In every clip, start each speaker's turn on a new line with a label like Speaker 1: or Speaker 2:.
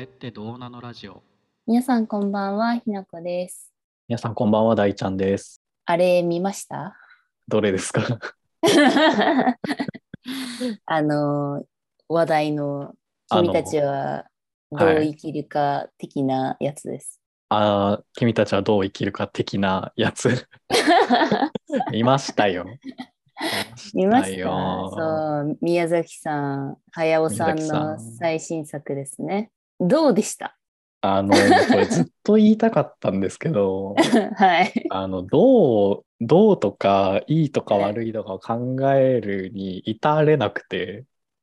Speaker 1: ってどうなのラジオ。
Speaker 2: 皆さんこんばんは、ひなこです。
Speaker 3: 皆さんこんばんは、大ちゃんです。
Speaker 2: あれ見ました
Speaker 3: どれですか
Speaker 2: あの、話題の
Speaker 3: あの
Speaker 2: 君たちはどう生きるか的なやつです。
Speaker 3: ああ、君たちはどう生きるか的なや つ。見ましたよ。
Speaker 2: 見ま
Speaker 3: 見
Speaker 2: した
Speaker 3: よ
Speaker 2: そう、宮崎さん、早尾さん
Speaker 3: 宮
Speaker 2: の
Speaker 3: 崎さん
Speaker 2: 最新作ですね。どうでした
Speaker 3: あの、これずっと言いたかったんですけ ど、
Speaker 2: はい。
Speaker 3: あの、どう、どうとか、いいとか悪いとかを考えるに至れなく て、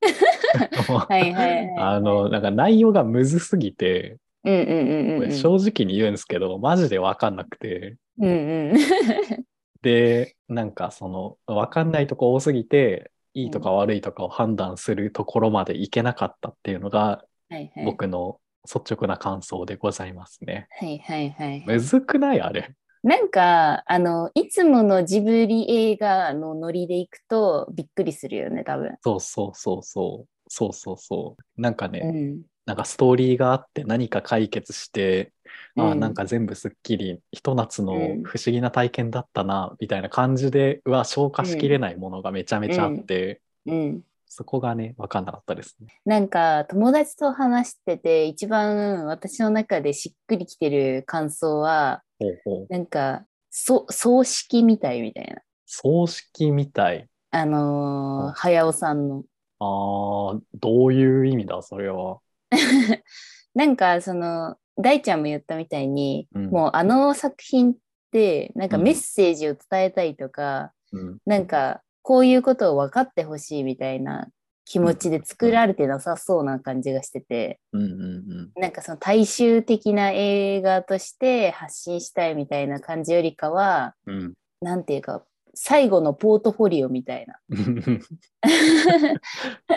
Speaker 2: はいはいはい。
Speaker 3: あの、なんか内容がむずすぎて、
Speaker 2: うんうんうん
Speaker 3: こ
Speaker 2: うんう
Speaker 3: れ
Speaker 2: ん。
Speaker 3: 正直に言うんですけど、マジでわかんなくて、
Speaker 2: うんうん。
Speaker 3: で、なんかその、わかんないとこ多すぎて、いいとか悪いとかを判断するところまでいけなかったっていうのが、
Speaker 2: はいはい。
Speaker 3: 僕の率直な感想でございますね。
Speaker 2: はいはいはい。
Speaker 3: むずくないあれ。
Speaker 2: なんかあのいつものジブリ映画のノリで行くとびっくりするよね多分。
Speaker 3: そうそうそうそう。そうそうそう。なんかね、
Speaker 2: うん
Speaker 3: なんかストーリーがあって何か解決して、あ
Speaker 2: う
Speaker 3: あ、
Speaker 2: ん
Speaker 3: なんか全部すっきり、ひと夏の
Speaker 2: うん
Speaker 3: 不思議な体験だったな、みたいな感じで、うわ、消化しきれないものがめちゃめちゃあって、
Speaker 2: うん、
Speaker 3: そこがね、わかんなかったですね。
Speaker 2: なんか友達と話してて一番私の中でしっくりきてる感想は
Speaker 3: ほうほう。
Speaker 2: なんかそ葬式みたいみたいな。
Speaker 3: 葬式みたい。
Speaker 2: あ
Speaker 3: う
Speaker 2: のー
Speaker 3: ん
Speaker 2: 早尾さんの。
Speaker 3: ああ、どういう意味だ、それは。
Speaker 2: なんかその大ちゃんも言ったみたいに、
Speaker 3: うん
Speaker 2: もうあの作品ってなんか
Speaker 3: うん
Speaker 2: メッセージを伝えたいとか、
Speaker 3: うん、
Speaker 2: なんかこういうことを分かってほしいみたいな気持ちで作られてなさそうな感じがしてて、
Speaker 3: うん、うん、
Speaker 2: なんかその大衆的な映画として発信したいみたいな感じよりかは、
Speaker 3: うん。
Speaker 2: なんていうか、最後のポートフォリオみたいな。
Speaker 3: うん。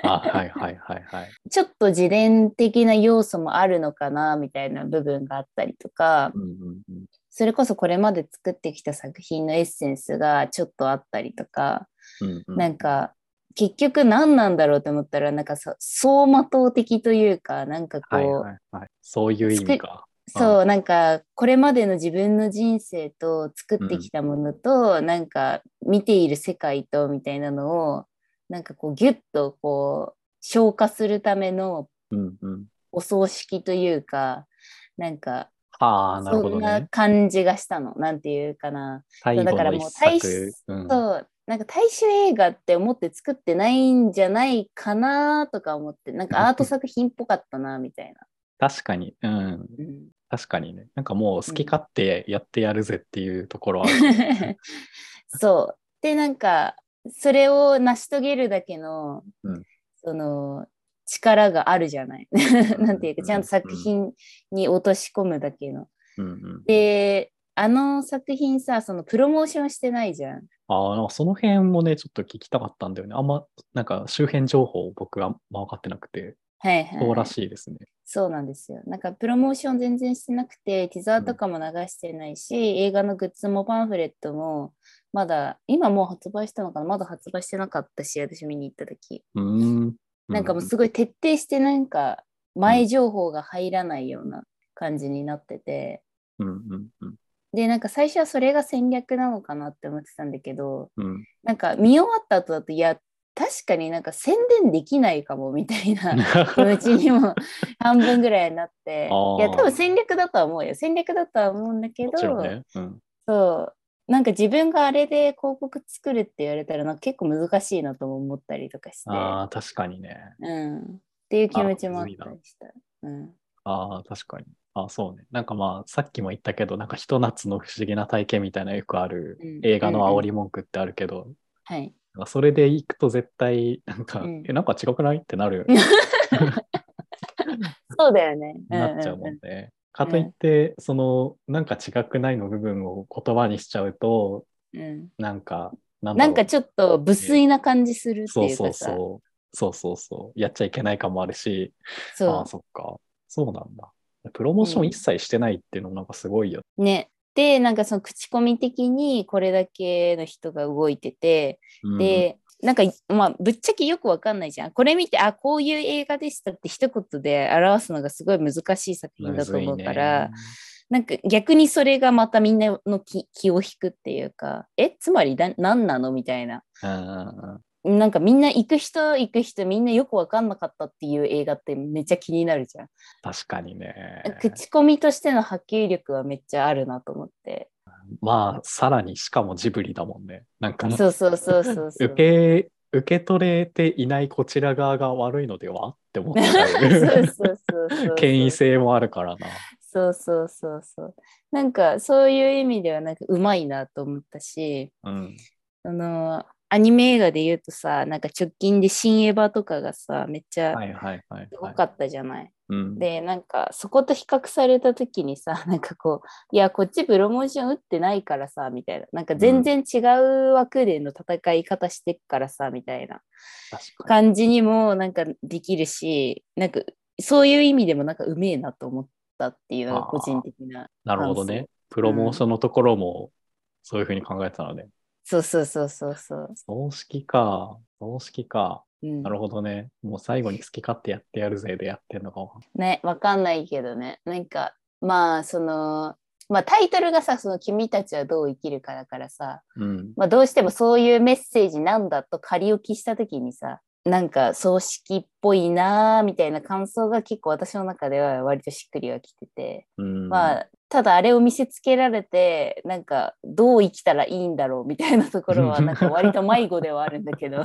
Speaker 3: あ、はい、はい、はい、はい。
Speaker 2: ちょっと自伝的な要素もあるのかなみたいな部分があったりとか、
Speaker 3: うん、うん、うん。
Speaker 2: それこそこれまで作ってきた作品のエッセンスがちょっとあったりとか、
Speaker 3: うん、うん。
Speaker 2: なんか結局何なんだろうと思ったらなんかそ走馬灯的というかなんかこう、
Speaker 3: はい、はい、はい。そういう意味か。
Speaker 2: そうなんかこれまでの自分の人生と作ってきたものと、なんか見ている世界とみたいなのをなんかこうギュッとこう消化するための
Speaker 3: うん、うん。
Speaker 2: お葬式というかなんか
Speaker 3: ああ、なる
Speaker 2: そ
Speaker 3: ほ
Speaker 2: ん
Speaker 3: ど
Speaker 2: な
Speaker 3: ね。
Speaker 2: 感じがしたの、なんていうかな。
Speaker 3: 最
Speaker 2: だ
Speaker 3: 後
Speaker 2: から
Speaker 3: の
Speaker 2: もう
Speaker 3: 一
Speaker 2: 大
Speaker 3: 作。うん。
Speaker 2: そうなんか大衆映画って思って作ってないんじゃないかなとか思ってなんかアート作品っぽかったなみたいな。
Speaker 3: 確かに、うん。
Speaker 2: うん、
Speaker 3: 確かにね。なんかもう好き勝手やってやるぜっていうところはある。
Speaker 2: そうでなんかそれを成し遂げるだけの、
Speaker 3: うん
Speaker 2: その力があるじゃない。 なんていうかちゃんと作品に落とし込むだけの。
Speaker 3: うん、うん。
Speaker 2: であの作品さそのプロモーションしてないじゃん。
Speaker 3: ああ、なんかその辺もね、ちょっと聞きたかったんだよね。あんま、なんか周辺情報僕はあんま分かってなくて、
Speaker 2: はいはい、
Speaker 3: そうらしいですね。
Speaker 2: そうなんですよ。なんかプロモーション全然してなくて、ティザーとかも流してないし、映画のグッズもパンフレットも、まだ、今もう発売したのかなまだ発売してなかったし、私見に行った時
Speaker 3: うーん。
Speaker 2: なんかもう
Speaker 3: うん
Speaker 2: すごい徹底して、なんか、前情報が入らないような感じになってて、
Speaker 3: うんうんうん
Speaker 2: で、なんか最初はそれが戦略なのかなって思ってたんだけど、
Speaker 3: うん。
Speaker 2: なんか見終わった後だと、いや、確かになんか宣伝できないかもみたいな。気持ちに も半分ぐらいになっていや
Speaker 3: あー
Speaker 2: 多分戦略だとは思うよ戦略だとは思うんだけ
Speaker 3: もちろ
Speaker 2: ど、
Speaker 3: んね。うん。
Speaker 2: そうなんか自分があれで広告作るって言われたらなんか結構難しいなとも思ったりとかして、
Speaker 3: ああ、確かにね。
Speaker 2: うん、っていう気持ちもあったり
Speaker 3: あむ
Speaker 2: した。うん、
Speaker 3: ああ、確かに。ああ、そうね。なんかまあ、さっきも言ったけど、なんかひと夏の不思議な体験みたいなよくある
Speaker 2: うん
Speaker 3: 映画の
Speaker 2: うんうん
Speaker 3: 煽り文句ってあるけど、
Speaker 2: はい、
Speaker 3: なんかそれで行くと絶対、なんか、
Speaker 2: うん
Speaker 3: え、なんか違くないってなるよね。
Speaker 2: そうだよね。
Speaker 3: なっちゃうもんね。
Speaker 2: ん
Speaker 3: かといって、そのなんか違くないの部分を言葉にしちゃうと
Speaker 2: うんうん
Speaker 3: なんか
Speaker 2: う、
Speaker 3: なんんだ
Speaker 2: な
Speaker 3: ろうん
Speaker 2: かちょっと無粋な感じするって
Speaker 3: そう
Speaker 2: いう
Speaker 3: そ
Speaker 2: か
Speaker 3: う
Speaker 2: さ
Speaker 3: そうそうそうそうやっちゃいけないかもあるしあ
Speaker 2: そ
Speaker 3: あそっかそうなんだプロモーション一切してないっていうのもなんかすごいよ、
Speaker 2: うねでなんかその口コミ的にこれだけの人が動いてて、
Speaker 3: うん
Speaker 2: で、なんか、まあ、ぶっちゃけよくわかんないじゃん。これ見て、あ、こういう映画でしたって一言で表すのがすごい難しい作品だと思うから、
Speaker 3: む
Speaker 2: なんか逆にそれがまたみんなの気気を引くっていうか、え、つまりだ何なのみたいな。
Speaker 3: ずいねうん
Speaker 2: なんかみんな行く人行く人みんなよくわかんなかったっていう映画ってめっちゃ気になるじゃん。
Speaker 3: 確かにね。
Speaker 2: 口コミとしての波及力はめっちゃあるなと思って。
Speaker 3: まあ、さらにしかもジブリだもんね。なんか、
Speaker 2: そうそうそうそうそう。
Speaker 3: 受け、受け取れていないこちら側が悪いのではって思っちゃ
Speaker 2: そ
Speaker 3: う。
Speaker 2: うそうそうそうそう。
Speaker 3: 権威性もあるからな。
Speaker 2: そうそうそうそう。なんかそういう意味ではなんかうまいなと思ったし、
Speaker 3: うん。
Speaker 2: あのアニメ映画で言うとさ、なんか直近で新エヴァとかがさ、めっちゃ
Speaker 3: はいはいはい、
Speaker 2: す
Speaker 3: は
Speaker 2: ご
Speaker 3: い。
Speaker 2: かったじゃない。
Speaker 3: うん、
Speaker 2: で、なんかそこと比較された時にさ、 なんかこう、いや、こっちプロモーション打ってないからさ、みたいな。なんか全然違う枠での戦い方してっからさ、みたいな
Speaker 3: 確かに。
Speaker 2: 感じにもなんかできるし、なんかそういう意味でもなんかうめえなと思ったっていうのが個人的な。
Speaker 3: なるほどね。プロモーションのところも、そういうふうに考えてたので、ね。
Speaker 2: そうそうそうそうそう。
Speaker 3: 葬式か。葬式か。
Speaker 2: うん
Speaker 3: な、るほどね。もう最後に好き勝手やってやるぜでやってんのかも。
Speaker 2: ね、わかんないけどね。なんか、まあ、その、まあタイトルがさ、その君たちはどう生きるかだからさ、
Speaker 3: うん。
Speaker 2: まあどうしてもそういうメッセージなんだと仮置きしたときにさ、なんか葬式っぽいなーみたいな感想が結構私の中では割としっくりはきてて、
Speaker 3: うん、
Speaker 2: まあ、ただあれを見せつけられて、なんかどう生きたらいいんだろうみたいなところは、なんか割と迷子ではあるんだけど、
Speaker 3: い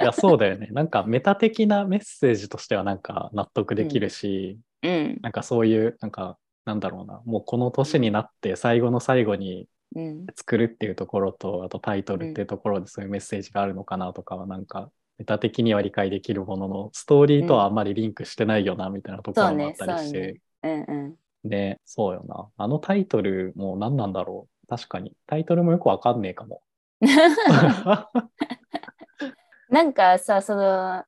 Speaker 3: や、そうだよね。なんか、メタ的なメッセージとしては、なんか、納得できるし、
Speaker 2: うん、
Speaker 3: なんか、そういう、なんか、なんだろうな、もうこの年になって、最後の最後に
Speaker 2: うん、
Speaker 3: 作るっていうところと、あとタイトルっていうところで、そういうメッセージがあるのかなとかは、なんか、メタ的には理解できるものの、ストーリーとはあんまりリンクしてないよな、みたいなとこ
Speaker 2: そう
Speaker 3: ろもあっ
Speaker 2: ね、そ
Speaker 3: た
Speaker 2: う
Speaker 3: りして、
Speaker 2: ね。うんうん
Speaker 3: ね、そうよな。あのタイトルも何なんだろう。確かに。タイトルもよくわかんねえか も。
Speaker 2: なんかさその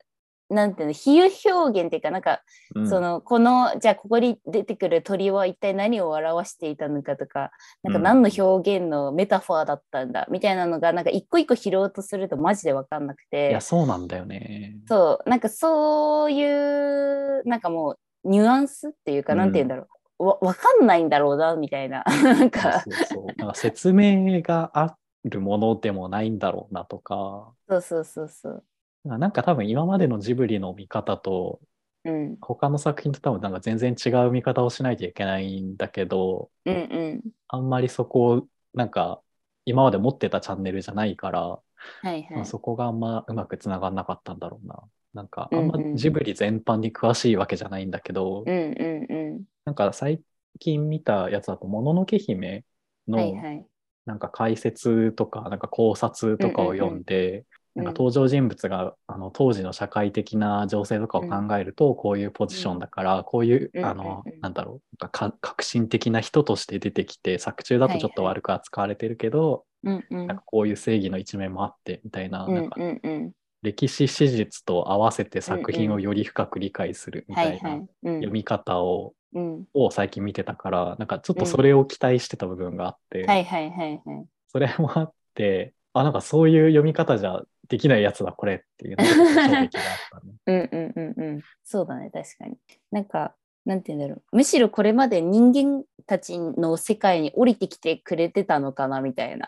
Speaker 2: なんていうの比喩表現っていうかなんか、
Speaker 3: うん
Speaker 2: そのこのじゃあここに出てくる鳥は一体何を表していたのかとかなんか
Speaker 3: うん
Speaker 2: 何の表現のメタファーだったんだ、みたいなのがなんか一個一個拾おうとするとマジで分かんなく
Speaker 3: い
Speaker 2: て
Speaker 3: や、そうなんだよね。
Speaker 2: そうなんかそういうなんかもうニュアンスっていうか、
Speaker 3: うん
Speaker 2: なんて言うんだろうわ分かんないんだろうなみた いななんか
Speaker 3: そうそうそうなんか説明があるものでもないんだろうなとか、
Speaker 2: そうそうそうそう
Speaker 3: なんか多分今までのジブリの見方と、
Speaker 2: うん
Speaker 3: 他の作品と多分なんか全然違う見方をしないといけないんだけど、
Speaker 2: うんうん
Speaker 3: あんまりそこを、なんか、今まで持ってたチャンネルじゃないから、
Speaker 2: はい
Speaker 3: ま
Speaker 2: は
Speaker 3: あ
Speaker 2: い
Speaker 3: そこがあんまうまくつながんなかったんだろうな。なんかあ
Speaker 2: うんん
Speaker 3: ま
Speaker 2: うん
Speaker 3: ジブリ全般に詳しいわけじゃないんだけど、
Speaker 2: うんうんう
Speaker 3: なんか最近見たやつだと「もののけ姫」
Speaker 2: んはい
Speaker 3: の
Speaker 2: はい
Speaker 3: なんか解説とかなんか考察とかを読んで、
Speaker 2: うん
Speaker 3: なんか登場人物があの当時の社会的な情勢とかを考えるとこういうポジションだからこういう
Speaker 2: うん
Speaker 3: あの
Speaker 2: うんうん
Speaker 3: なんだろうなんかか革新的な人として出てきて作中だとちょっと悪く扱われてるけど
Speaker 2: うんうん
Speaker 3: なんかこういう正義の一面もあってみたいな
Speaker 2: うん
Speaker 3: なんか
Speaker 2: うんうん
Speaker 3: 歴史史実と合わせて作品をより深く理解するみ
Speaker 2: は
Speaker 3: た
Speaker 2: い
Speaker 3: い
Speaker 2: は。
Speaker 3: ない
Speaker 2: うん
Speaker 3: 読み方を
Speaker 2: うん
Speaker 3: を最近見てたからなんかちょっとそれを期待してた部分があって、
Speaker 2: はいはいはいはい。
Speaker 3: それもあってあなんかそういう読み方じゃできないやつだこれっていうのがちょっと衝撃があった ね。
Speaker 2: うんうんうんうん。そうだね、確かに。なんか、なんて言うんだろう。むしろこれまで人間たちの世界に降りてきてくれてたのかなみた いな。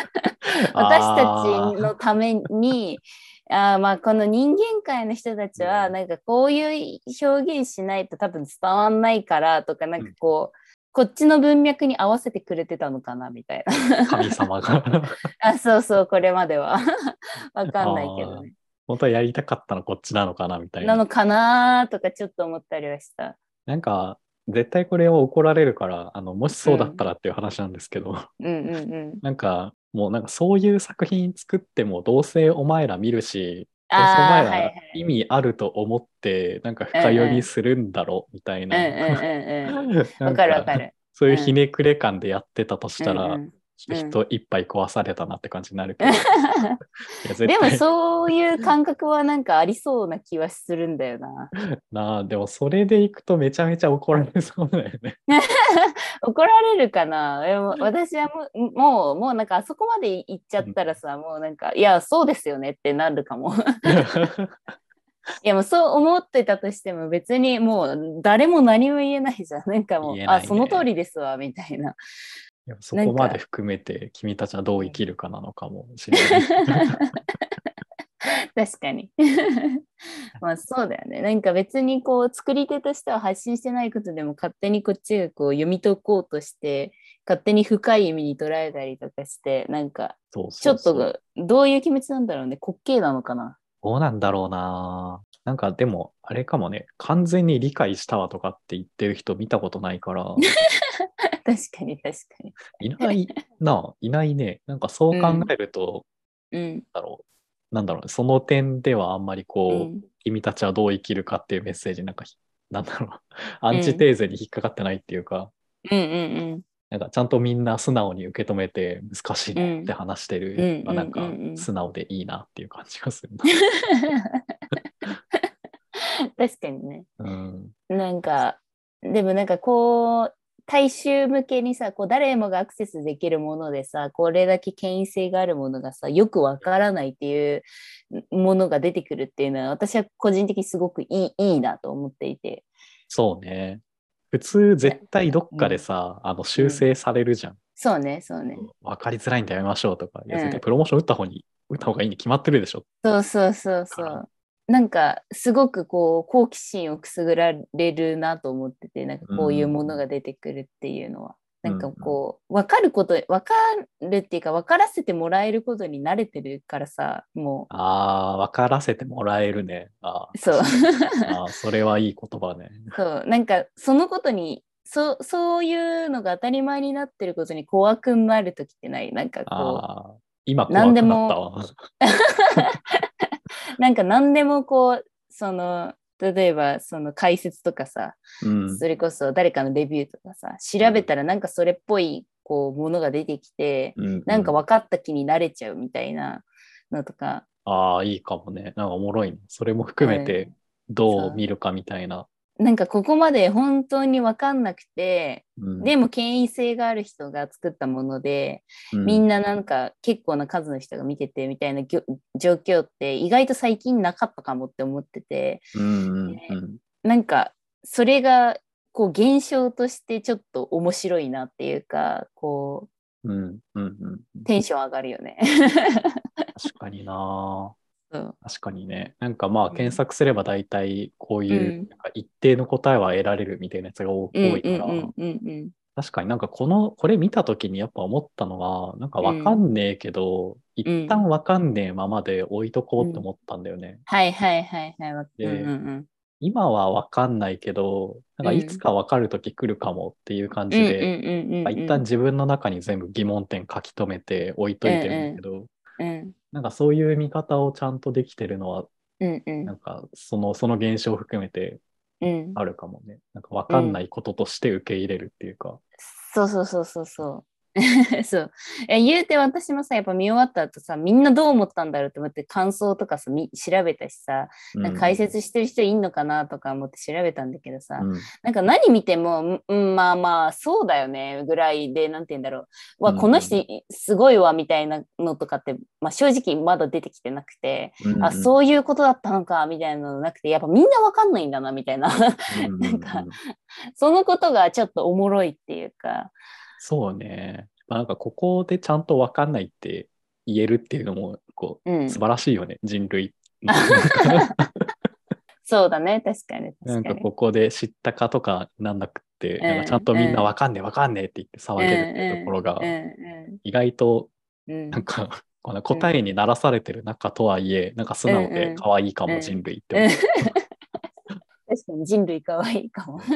Speaker 2: 私たちのためにあーまあこの人間界の人たちは
Speaker 3: うん
Speaker 2: なんかこういう表現しないと多分伝わんないからとかなんかこう、こっちの文脈に合わせてくれてたのかなみたいな
Speaker 3: あー神様が
Speaker 2: あそうそうこれまでは わかんないけどね
Speaker 3: 本当はやりたかったのこっちなのかなみたい
Speaker 2: な
Speaker 3: な
Speaker 2: のかなとかちょっと思ったりはした
Speaker 3: なんか絶対これは怒られるからあのもしそうだったらっていう話なんですけど、
Speaker 2: うんうんうん
Speaker 3: なんかもうなんかそういう作品作ってもどうせお前ら見るしどうせお
Speaker 2: ああ
Speaker 3: 前
Speaker 2: ーはい
Speaker 3: ら
Speaker 2: はい
Speaker 3: 意味あると思ってなんか深読みするんだろうみたい
Speaker 2: うん
Speaker 3: な
Speaker 2: うんうんうん
Speaker 3: な
Speaker 2: わ
Speaker 3: ん
Speaker 2: かるわかる
Speaker 3: そういうひねくれ感でやってたとしたら、
Speaker 2: うんうん
Speaker 3: ちょっと人一杯壊されたなって感じになる けど。いや絶
Speaker 2: でも
Speaker 3: 対
Speaker 2: そういう感覚はなんかありそうな気はするんだよな。
Speaker 3: なあでもそれで行くとめちゃめちゃ怒られそうだよ ね。
Speaker 2: 怒られるかなでも私はもうもうもうなんかあそこまで行っちゃったらさ、もうなんかいやそうですよねってなるかも。 いやもうそう思ってたとしても別にもう誰も何も言えないじゃん。なんかもう、
Speaker 3: 言えない
Speaker 2: あ
Speaker 3: ね
Speaker 2: その通りですわみたいな。
Speaker 3: いやそこまで含めて君たちはどう生きるかなのかもしれない。
Speaker 2: 確かに。 まあそうだよね。なんか別にこう作り手としては発信してないことでも勝手にこっちがこう読み解こうとして勝手に深い意味に捉えたりとかしてなんか
Speaker 3: そう
Speaker 2: ち
Speaker 3: そ
Speaker 2: ょ
Speaker 3: う
Speaker 2: っ
Speaker 3: そう
Speaker 2: とがどういう気持ちなんだろうね滑稽なのかな。
Speaker 3: どうなんだろうな。なんかでもあれかもね完全に理解したわとかって言ってる人見たことないから
Speaker 2: 確かに確かに。
Speaker 3: いないなあいないねなんかそう考えると、
Speaker 2: うん。
Speaker 3: なんだろうなんだろうねその点ではあんまりこ
Speaker 2: う
Speaker 3: う、
Speaker 2: ん、
Speaker 3: 君たちはどう生きるかっていうメッセージなんかひなんだろうアンチテーゼに引っかかってないっていうか、
Speaker 2: うんうん
Speaker 3: なんかちゃんとみんな素直に受け止めて難しいねって話してる、
Speaker 2: うん
Speaker 3: まあなんか
Speaker 2: うんうんうんうん
Speaker 3: 素直でいいなっていう感じがするな。
Speaker 2: うん。確かにね。
Speaker 3: うん、
Speaker 2: なんかでもなんかこう大衆向けにさこう誰もがアクセスできるものでさこれだけ権威性があるものがさよくわからないっていうものが出てくるっていうのは私は個人的にすごくいいいいなと思っていて。
Speaker 3: そうね普通絶対どっかでさ、あの修正されるじゃん、
Speaker 2: そうねそうね。
Speaker 3: 分かりづらいんでやめましょうとか、いや
Speaker 2: うん
Speaker 3: 絶対プロモーション打った方に打った方がいいに決まってるでしょ
Speaker 2: そうそうそうそ
Speaker 3: から
Speaker 2: う。なんかすごくこう好奇心をくすぐられるなと思っててなんかこういうものが出てくるっていうのは、
Speaker 3: うん
Speaker 2: なんかこう分かること分かるっていうか分からせてもらえることに慣れてるからさも
Speaker 3: あー分からせてもらえるねあ
Speaker 2: う
Speaker 3: ー
Speaker 2: そう
Speaker 3: あーそれはいい言葉ね
Speaker 2: そうなんかそのことにそそういうのが当たり前になってることに怖くなる時ってないなんかこ
Speaker 3: ああ、今怖
Speaker 2: 何
Speaker 3: く
Speaker 2: で
Speaker 3: な
Speaker 2: も
Speaker 3: ったわ。
Speaker 2: うなんか何でもこうその例えばその解説とかさ
Speaker 3: うん、
Speaker 2: それこそ誰かのレビューとかさ調べたらなんかそれっぽいこうものが出てきて
Speaker 3: うん
Speaker 2: なんか分かった気になれちゃうみたいなのとか、
Speaker 3: ああ、いいかもね。なんかおもろいね。それも含めてどう見るかみたいな。
Speaker 2: なんかここまで本当に分かんなくて
Speaker 3: うん
Speaker 2: でも権威性がある人が作ったもので
Speaker 3: うん
Speaker 2: みんななんか結構な数の人が見ててみたいなぎょ状況って意外と最近なかったかもって思ってて
Speaker 3: うんうん
Speaker 2: ね
Speaker 3: うん
Speaker 2: なんかそれがこう現象としてちょっと面白いなっていうかこ
Speaker 3: うんうんうん
Speaker 2: うテンション上がるよ ね。
Speaker 3: 確かにな
Speaker 2: そう
Speaker 3: 確かにねなんかまあ
Speaker 2: うん
Speaker 3: 検索すれば大体こういう、
Speaker 2: うん
Speaker 3: なんか一定の答えは得られるみたいなやつが多多いから、
Speaker 2: うんうんうんうん
Speaker 3: 確かになんかこのこれ見た時にやっぱ思ったのはなんかわかんねえけど、一旦わかんねえままで置いとこうって思ったんだよね、
Speaker 2: はいはいはいはい。わ
Speaker 3: で
Speaker 2: うんうん
Speaker 3: 今は分かんないけど、なんかいつか分かる時来るかもっていう感
Speaker 2: う
Speaker 3: じ
Speaker 2: ん、
Speaker 3: で、
Speaker 2: うんうんうんうん
Speaker 3: まあ一旦自分の中に全部疑問点書き留めて置いといてるんだけど、
Speaker 2: うん
Speaker 3: なんかそういう見方をちゃんとできてるのは、
Speaker 2: うんうん
Speaker 3: なんかそのその現象を含めて
Speaker 2: うん
Speaker 3: あるかもね。なんか分かんないこととして受け入れるっていうか。
Speaker 2: そうそうそうそうそう。 そうえ言うて私もさやっぱ見終わった後さみんなどう思ったんだろうと思って感想とかさみ調べたしさなんか解説してる人いんのかなとか思って調べたんだけどさ、
Speaker 3: うん、うん
Speaker 2: なんか何見ても、うん、まあまあ、そうだよね、ぐらいで、なんて言うんだろう。わ、
Speaker 3: うん
Speaker 2: この人すごいわ、みたいなのとかって、まあ正直まだ出てきてなくて、
Speaker 3: うん
Speaker 2: あ、そういうことだったのか、みたいなのなくて、やっぱみんなわかんないんだな、みたいな。
Speaker 3: うんうん
Speaker 2: なんかそのことがちょっとおもろいっていうか。
Speaker 3: そうね。まあ、なんかここでちゃんと分かんないって言えるっていうのも、こ
Speaker 2: う
Speaker 3: う、
Speaker 2: ん
Speaker 3: 素。晴らしいよね、人類。 なんか
Speaker 2: そうだね、確かに。
Speaker 3: な
Speaker 2: 確
Speaker 3: ん
Speaker 2: か
Speaker 3: か
Speaker 2: に。
Speaker 3: ここで知ったかとかなんなくって、
Speaker 2: うん
Speaker 3: なんかちゃんとみんなわかんねえわかんねえって言って騒げるっていうところが
Speaker 2: うん、う
Speaker 3: 意外と
Speaker 2: んうん。
Speaker 3: なんか、 この答えにならされてる中とはいえ、なんか素直
Speaker 2: うんう
Speaker 3: で
Speaker 2: ん
Speaker 3: 可愛いか
Speaker 2: う
Speaker 3: も
Speaker 2: ん
Speaker 3: 人類って
Speaker 2: う
Speaker 3: 思
Speaker 2: ん
Speaker 3: う。
Speaker 2: 確かに人類かわいいかも。 捨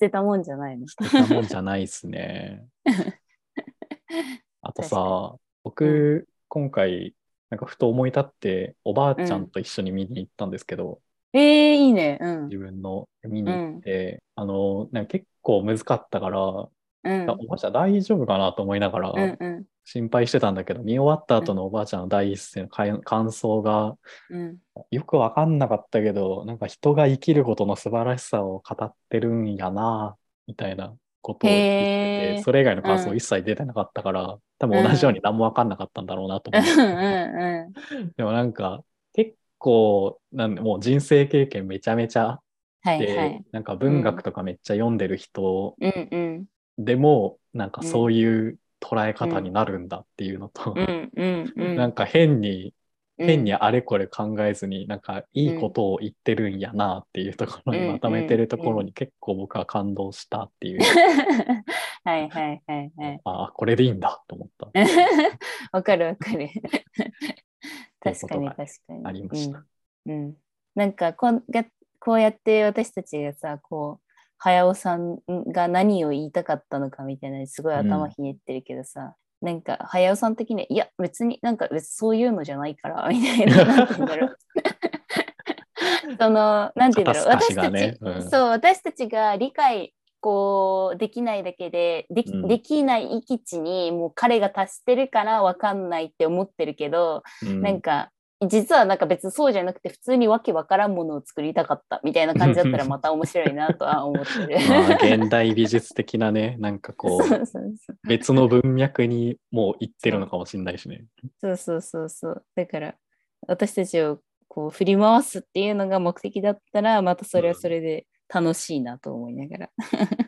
Speaker 2: てたもんじゃないの。
Speaker 3: 捨てたもんじゃないです ね。あとさ、僕、今回、なんかふと思い立って、おばあちゃんと一緒に見に行ったんですけど、
Speaker 2: えー、いいね。うん。
Speaker 3: 自分の見に行って、あの、なんか結構難かったから、
Speaker 2: うん
Speaker 3: おばあちゃん大丈夫かなと思いながら、
Speaker 2: うんうん
Speaker 3: 心配してたんだけど、見終わった後のおばあちゃんの第一声のかい感想が、
Speaker 2: うん
Speaker 3: よくわかんなかったけど、なんか人が生きることの素晴らしさを語ってるんやな、みたいなことを言って
Speaker 2: へ
Speaker 3: て、
Speaker 2: ー
Speaker 3: それ以外の感
Speaker 2: う
Speaker 3: 想
Speaker 2: ん
Speaker 3: 一切出てなかったから、多分同じように何もわかんなかったんだろうなと思
Speaker 2: う
Speaker 3: って。
Speaker 2: んうん
Speaker 3: でもなんか、結構、なんもう人生経験めちゃめちゃあっ
Speaker 2: はい
Speaker 3: て、
Speaker 2: はい。
Speaker 3: なんか文学とかめっちゃ読んでる人
Speaker 2: うんうん
Speaker 3: でも、なんかそういう捉え方になるんだっていうのと、
Speaker 2: うんうんうん。
Speaker 3: なんか変に
Speaker 2: うん
Speaker 3: 変にあれこれ考えずに、なんかいいことを言ってるんやなっていうところに
Speaker 2: うん
Speaker 3: まとめてるところ
Speaker 2: うん
Speaker 3: に結構僕は感動したっていう、
Speaker 2: はいはいはいはい。
Speaker 3: ああこれでいいんだと思った
Speaker 2: わかる わかる。確かに
Speaker 3: っていうことが
Speaker 2: 確かに。
Speaker 3: ありました。
Speaker 2: うん。うんなんかこんがこうやって私たちがさこう早尾さんが何を言いたかったのかみたいなのにすごい頭ひねってるけどさ、なんか早尾さん的にはいや別になんか別そういうのじゃないからみた いななんて言うんだろう。 そのなんて言うんだろ
Speaker 3: 肩
Speaker 2: う
Speaker 3: 透かし
Speaker 2: 私
Speaker 3: が
Speaker 2: たち、
Speaker 3: ねうん
Speaker 2: そう私たちが理解こうできないだけででき,、
Speaker 3: うん
Speaker 2: できない域地にもう彼が達してるから分かんないって思ってるけど、
Speaker 3: うん
Speaker 2: なんか実はなんか別にそうじゃなくて普通にわけわからんものを作りたかったみたいな感じだったらまた面白いなとは思ってる。
Speaker 3: まあ、現代美術的なね、なんかこ
Speaker 2: そう
Speaker 3: う、
Speaker 2: そうそう
Speaker 3: 別の文脈にもう行ってるのかもしれないしね。
Speaker 2: そうそうそうそうだから私たちをこう振り回すっていうのが目的だったらまたそれはそれで楽しいなと思いながら。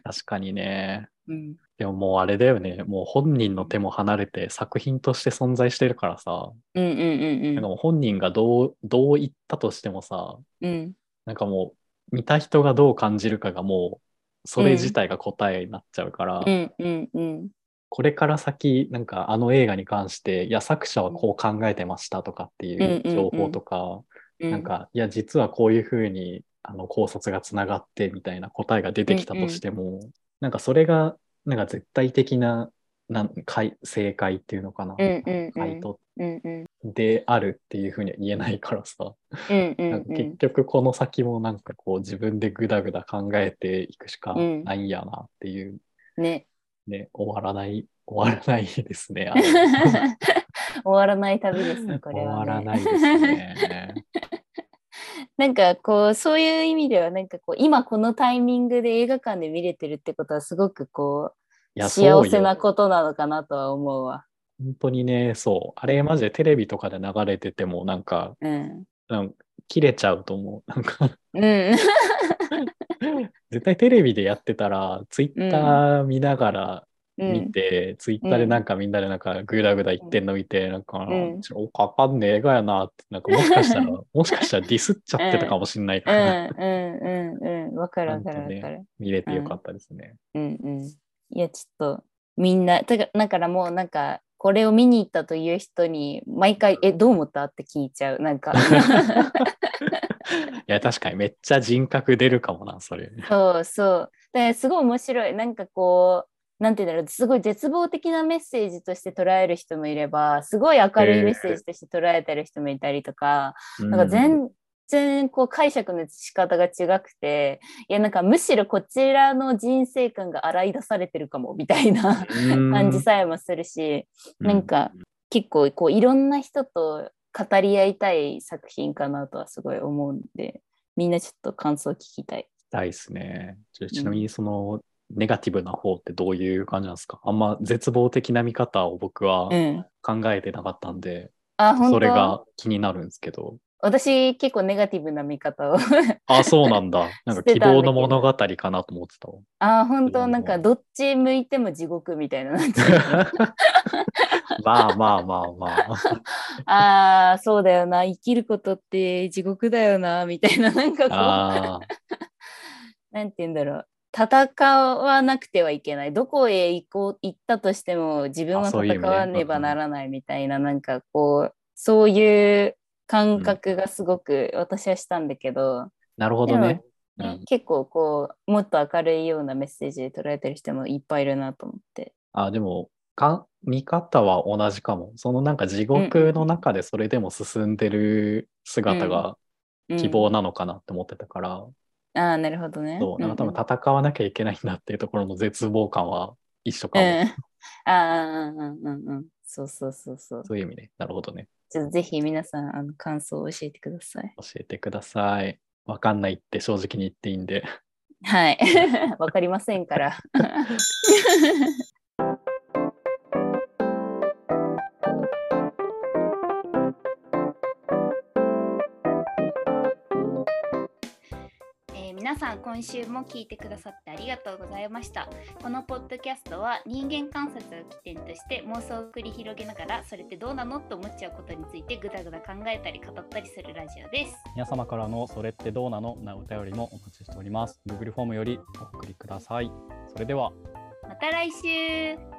Speaker 3: 確かにね。
Speaker 2: うん、
Speaker 3: でももうあれだよね、もう本人の手も離れて作品として存在してるからさ、
Speaker 2: うんうんうん
Speaker 3: なんかもう本人がどう、どう言ったとしてもさ、
Speaker 2: うんうん
Speaker 3: なんかもう見た人がどう感じるかがもうそれ自体が答えになっちゃうから、
Speaker 2: うんうんうん
Speaker 3: これから先なんかあの映画に関していや作者はこう考えてましたとかっていう情報とか、
Speaker 2: う
Speaker 3: なんかいや実はこういうふうにあの考察がつながってみたいな答えが出てきたとしても、なんかそれがなんか絶対的ななん解正解っていうのかな、
Speaker 2: うんうんうん
Speaker 3: 回答
Speaker 2: うんうん
Speaker 3: であるっていうふうには言えないからさ。
Speaker 2: うんう
Speaker 3: なん
Speaker 2: ん
Speaker 3: か
Speaker 2: う
Speaker 3: 結
Speaker 2: ん
Speaker 3: 局この先もなんかこう自分でぐだぐだ考えていくしかないんやなっていう
Speaker 2: ね
Speaker 3: ね、終わらない終わらないです ね。あれ
Speaker 2: 終わらない旅ですねこ
Speaker 3: 終
Speaker 2: れは、ね。
Speaker 3: わらないですね。
Speaker 2: なんかこうそういう意味ではなんかこう今このタイミングで映画館で見れてるってことはすごくこ
Speaker 3: いうや
Speaker 2: 幸せ
Speaker 3: そう
Speaker 2: な
Speaker 3: よ
Speaker 2: ことなのかなとは思うわ。
Speaker 3: 本当にねそうあれマジでテレビとかで流れててもなんか
Speaker 2: うん。
Speaker 3: なんか切れちゃうと思う。なんか
Speaker 2: うん。
Speaker 3: 絶対テレビでやってたらツイッター見ながら
Speaker 2: うん
Speaker 3: 見。て、ツイッターでなんかみんなでなんかグダグダ言ってんの見て、なんか、
Speaker 2: うん
Speaker 3: ちょっとわかんねえがやなって、なんかもしかしたら、もしかしたらディスっちゃってたかもしんない
Speaker 2: うんう
Speaker 3: から、
Speaker 2: んうんうん。わかるわかるわ
Speaker 3: ちゃ
Speaker 2: か
Speaker 3: ん
Speaker 2: る。
Speaker 3: 見れてよかったですね。
Speaker 2: うんうん。いやちょっとみんなてかだからもうなんかこれを見に行ったという人に毎回「えどう思った?」って聞いちゃうなんか
Speaker 3: いや、確かにめっちゃ人格出るかもな、それ。
Speaker 2: そうそう。だからすごい面白い。なんかこう、なんていうんだろう、すごい絶望的なメッセージとして捉える人もいれば、すごい明るいメッセージとして捉えてる人もいたりとか、なんか
Speaker 3: う
Speaker 2: 全然こう解釈の仕方が違くて、いやなんかむしろこちらの人生観が洗い出されてるかもみたいな感じさえもするし、
Speaker 3: うん
Speaker 2: なんか結構こういろんな人と語り合いたい作品かなとはすごい思うんで、みんなちょっと感想聞きたい。
Speaker 3: 大ですね。ちょちなみに、その、ネガティブな方ってどういう感じなんですかあんま絶望的な見方を僕は
Speaker 2: うん。
Speaker 3: 考えてなかったんで、
Speaker 2: あ、本当
Speaker 3: それが気になるんですけど。
Speaker 2: 私結構ネガティブな見方を
Speaker 3: あ、そうなんだ。なんか
Speaker 2: して
Speaker 3: 希
Speaker 2: たんだけど
Speaker 3: 望の物語かなと思ってたわ。
Speaker 2: ああ本
Speaker 3: う
Speaker 2: 当
Speaker 3: ん
Speaker 2: なんかどっち向いても地獄みたいな なんか
Speaker 3: まあまあまあまあ。
Speaker 2: ああそうだよな生きることって地獄だよなみたいな なんかこ
Speaker 3: ああ、
Speaker 2: うなんて言うんだろう戦わなくてはいけないどこへ行こう行ったとしても自分
Speaker 3: あ
Speaker 2: は
Speaker 3: そういう意味
Speaker 2: 戦
Speaker 3: ね
Speaker 2: わねばならないみたいななんかこうそういう感覚がすごく私はしたんだけど、
Speaker 3: なるほどね。う
Speaker 2: ね
Speaker 3: ん、
Speaker 2: 結構こうもっと明るいようなメッセージで捉えてる人もいっぱいいるなと思って。
Speaker 3: あでもか、見方は同じかも。そのなんか地獄の中でそれでも進んでる姿が
Speaker 2: うん
Speaker 3: 希望なのかなって思ってたから、
Speaker 2: ああ、なるほどね。
Speaker 3: そうなんか多分戦わなきゃいけないんだっていうところの絶望感は一緒
Speaker 2: う
Speaker 3: か
Speaker 2: ん。
Speaker 3: も、
Speaker 2: ああ、うんうんうんうん。そうそうそうそう。
Speaker 3: そういう意味ね。なるほどね。
Speaker 2: ちょっとぜひ皆さん、あの、感想を教えてください。
Speaker 3: 教えてください。わかんないって正直に言っていいんで。
Speaker 2: はい。わかりませんから。 えー皆さん今週も聞いてくださってありがとうございましたこのポッドキャストは人間観察を起点として妄想を繰り広げながらそれってどうなのと思っちゃうことについてぐだぐだ考えたり語ったりするラジオです
Speaker 1: 皆様からのそれってどうなのなお便りもお待ちしております。Google フォームよりお送りください。それでは。
Speaker 2: また来週